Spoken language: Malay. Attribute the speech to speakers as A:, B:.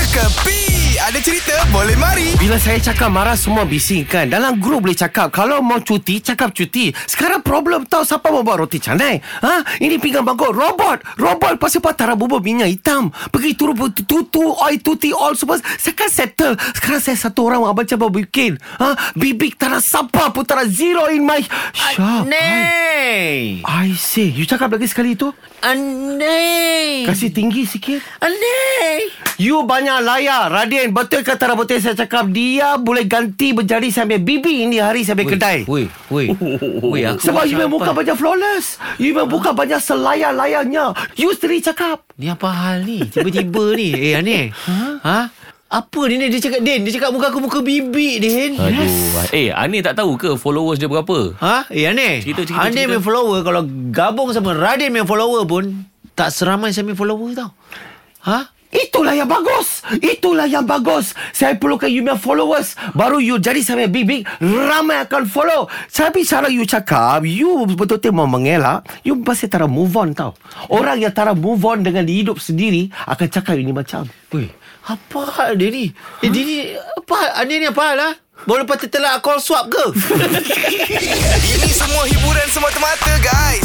A: Kepi Ada cerita boleh mari
B: Bila saya cakap marah semua bising kan Dalam grup boleh cakap Kalau mau cuti cakap cuti Sekarang problem tahu siapa mau buat roti canai ha? Ini pinggan bagus Robot Robot pasal patara bubur minyak hitam Pergi turun tu- tutu Oi tuti all semua Sekarang settle Sekarang saya satu orang Abang cuba bikin ha? Bibik tanah sampah Putera zero in my Shop
C: Aneh
B: I say You cakap lagi sekali itu
C: Aneh
B: Kasih tinggi sikit
C: Aneh
B: You banyak layak Radin Betul ke tak betul Saya cakap Dia boleh ganti Menjadi sampai bibi Ini hari sampai kedai
C: Woi Woi
D: Oh.
C: Woi aku
B: Sebab
C: macam
B: you memang bukan
C: apa?
B: banyak flawless You memang bukan banyak selayak-layaknya You sendiri cakap
C: Ni apa hal ni Tiba-tiba ni Eh Aneh Ha? Apa ni Din? Dia cakap Din Dia cakap muka aku muka bibik Din
D: Aduh. Yes. Eh, Ani tak tahu ke followers dia berapa?
C: Ha? Eh Aneh
D: Cerita, cerita,
C: Aneh
D: cerita.
C: punya follower Kalau gabung sama Radin punya follower pun Tak seramai saya punya follower tau Ha?
B: Itulah yang bagus Itulah yang bagus Saya perlukan you punya followers Baru you jadi sampai bibik Ramai akan follow Tapi cara you cakap You betul-betul mau mengelak You masih tak nak move on tau Orang yang tak nak move on Dengan hidup sendiri Akan cakap ini macam
C: Woi, apa hal dia ni? Eh, dia ni apa hal? Aneh ni apa hal ha? Baru lepas tertelak call swab ke?
A: Ini semua hiburan semata-mata guys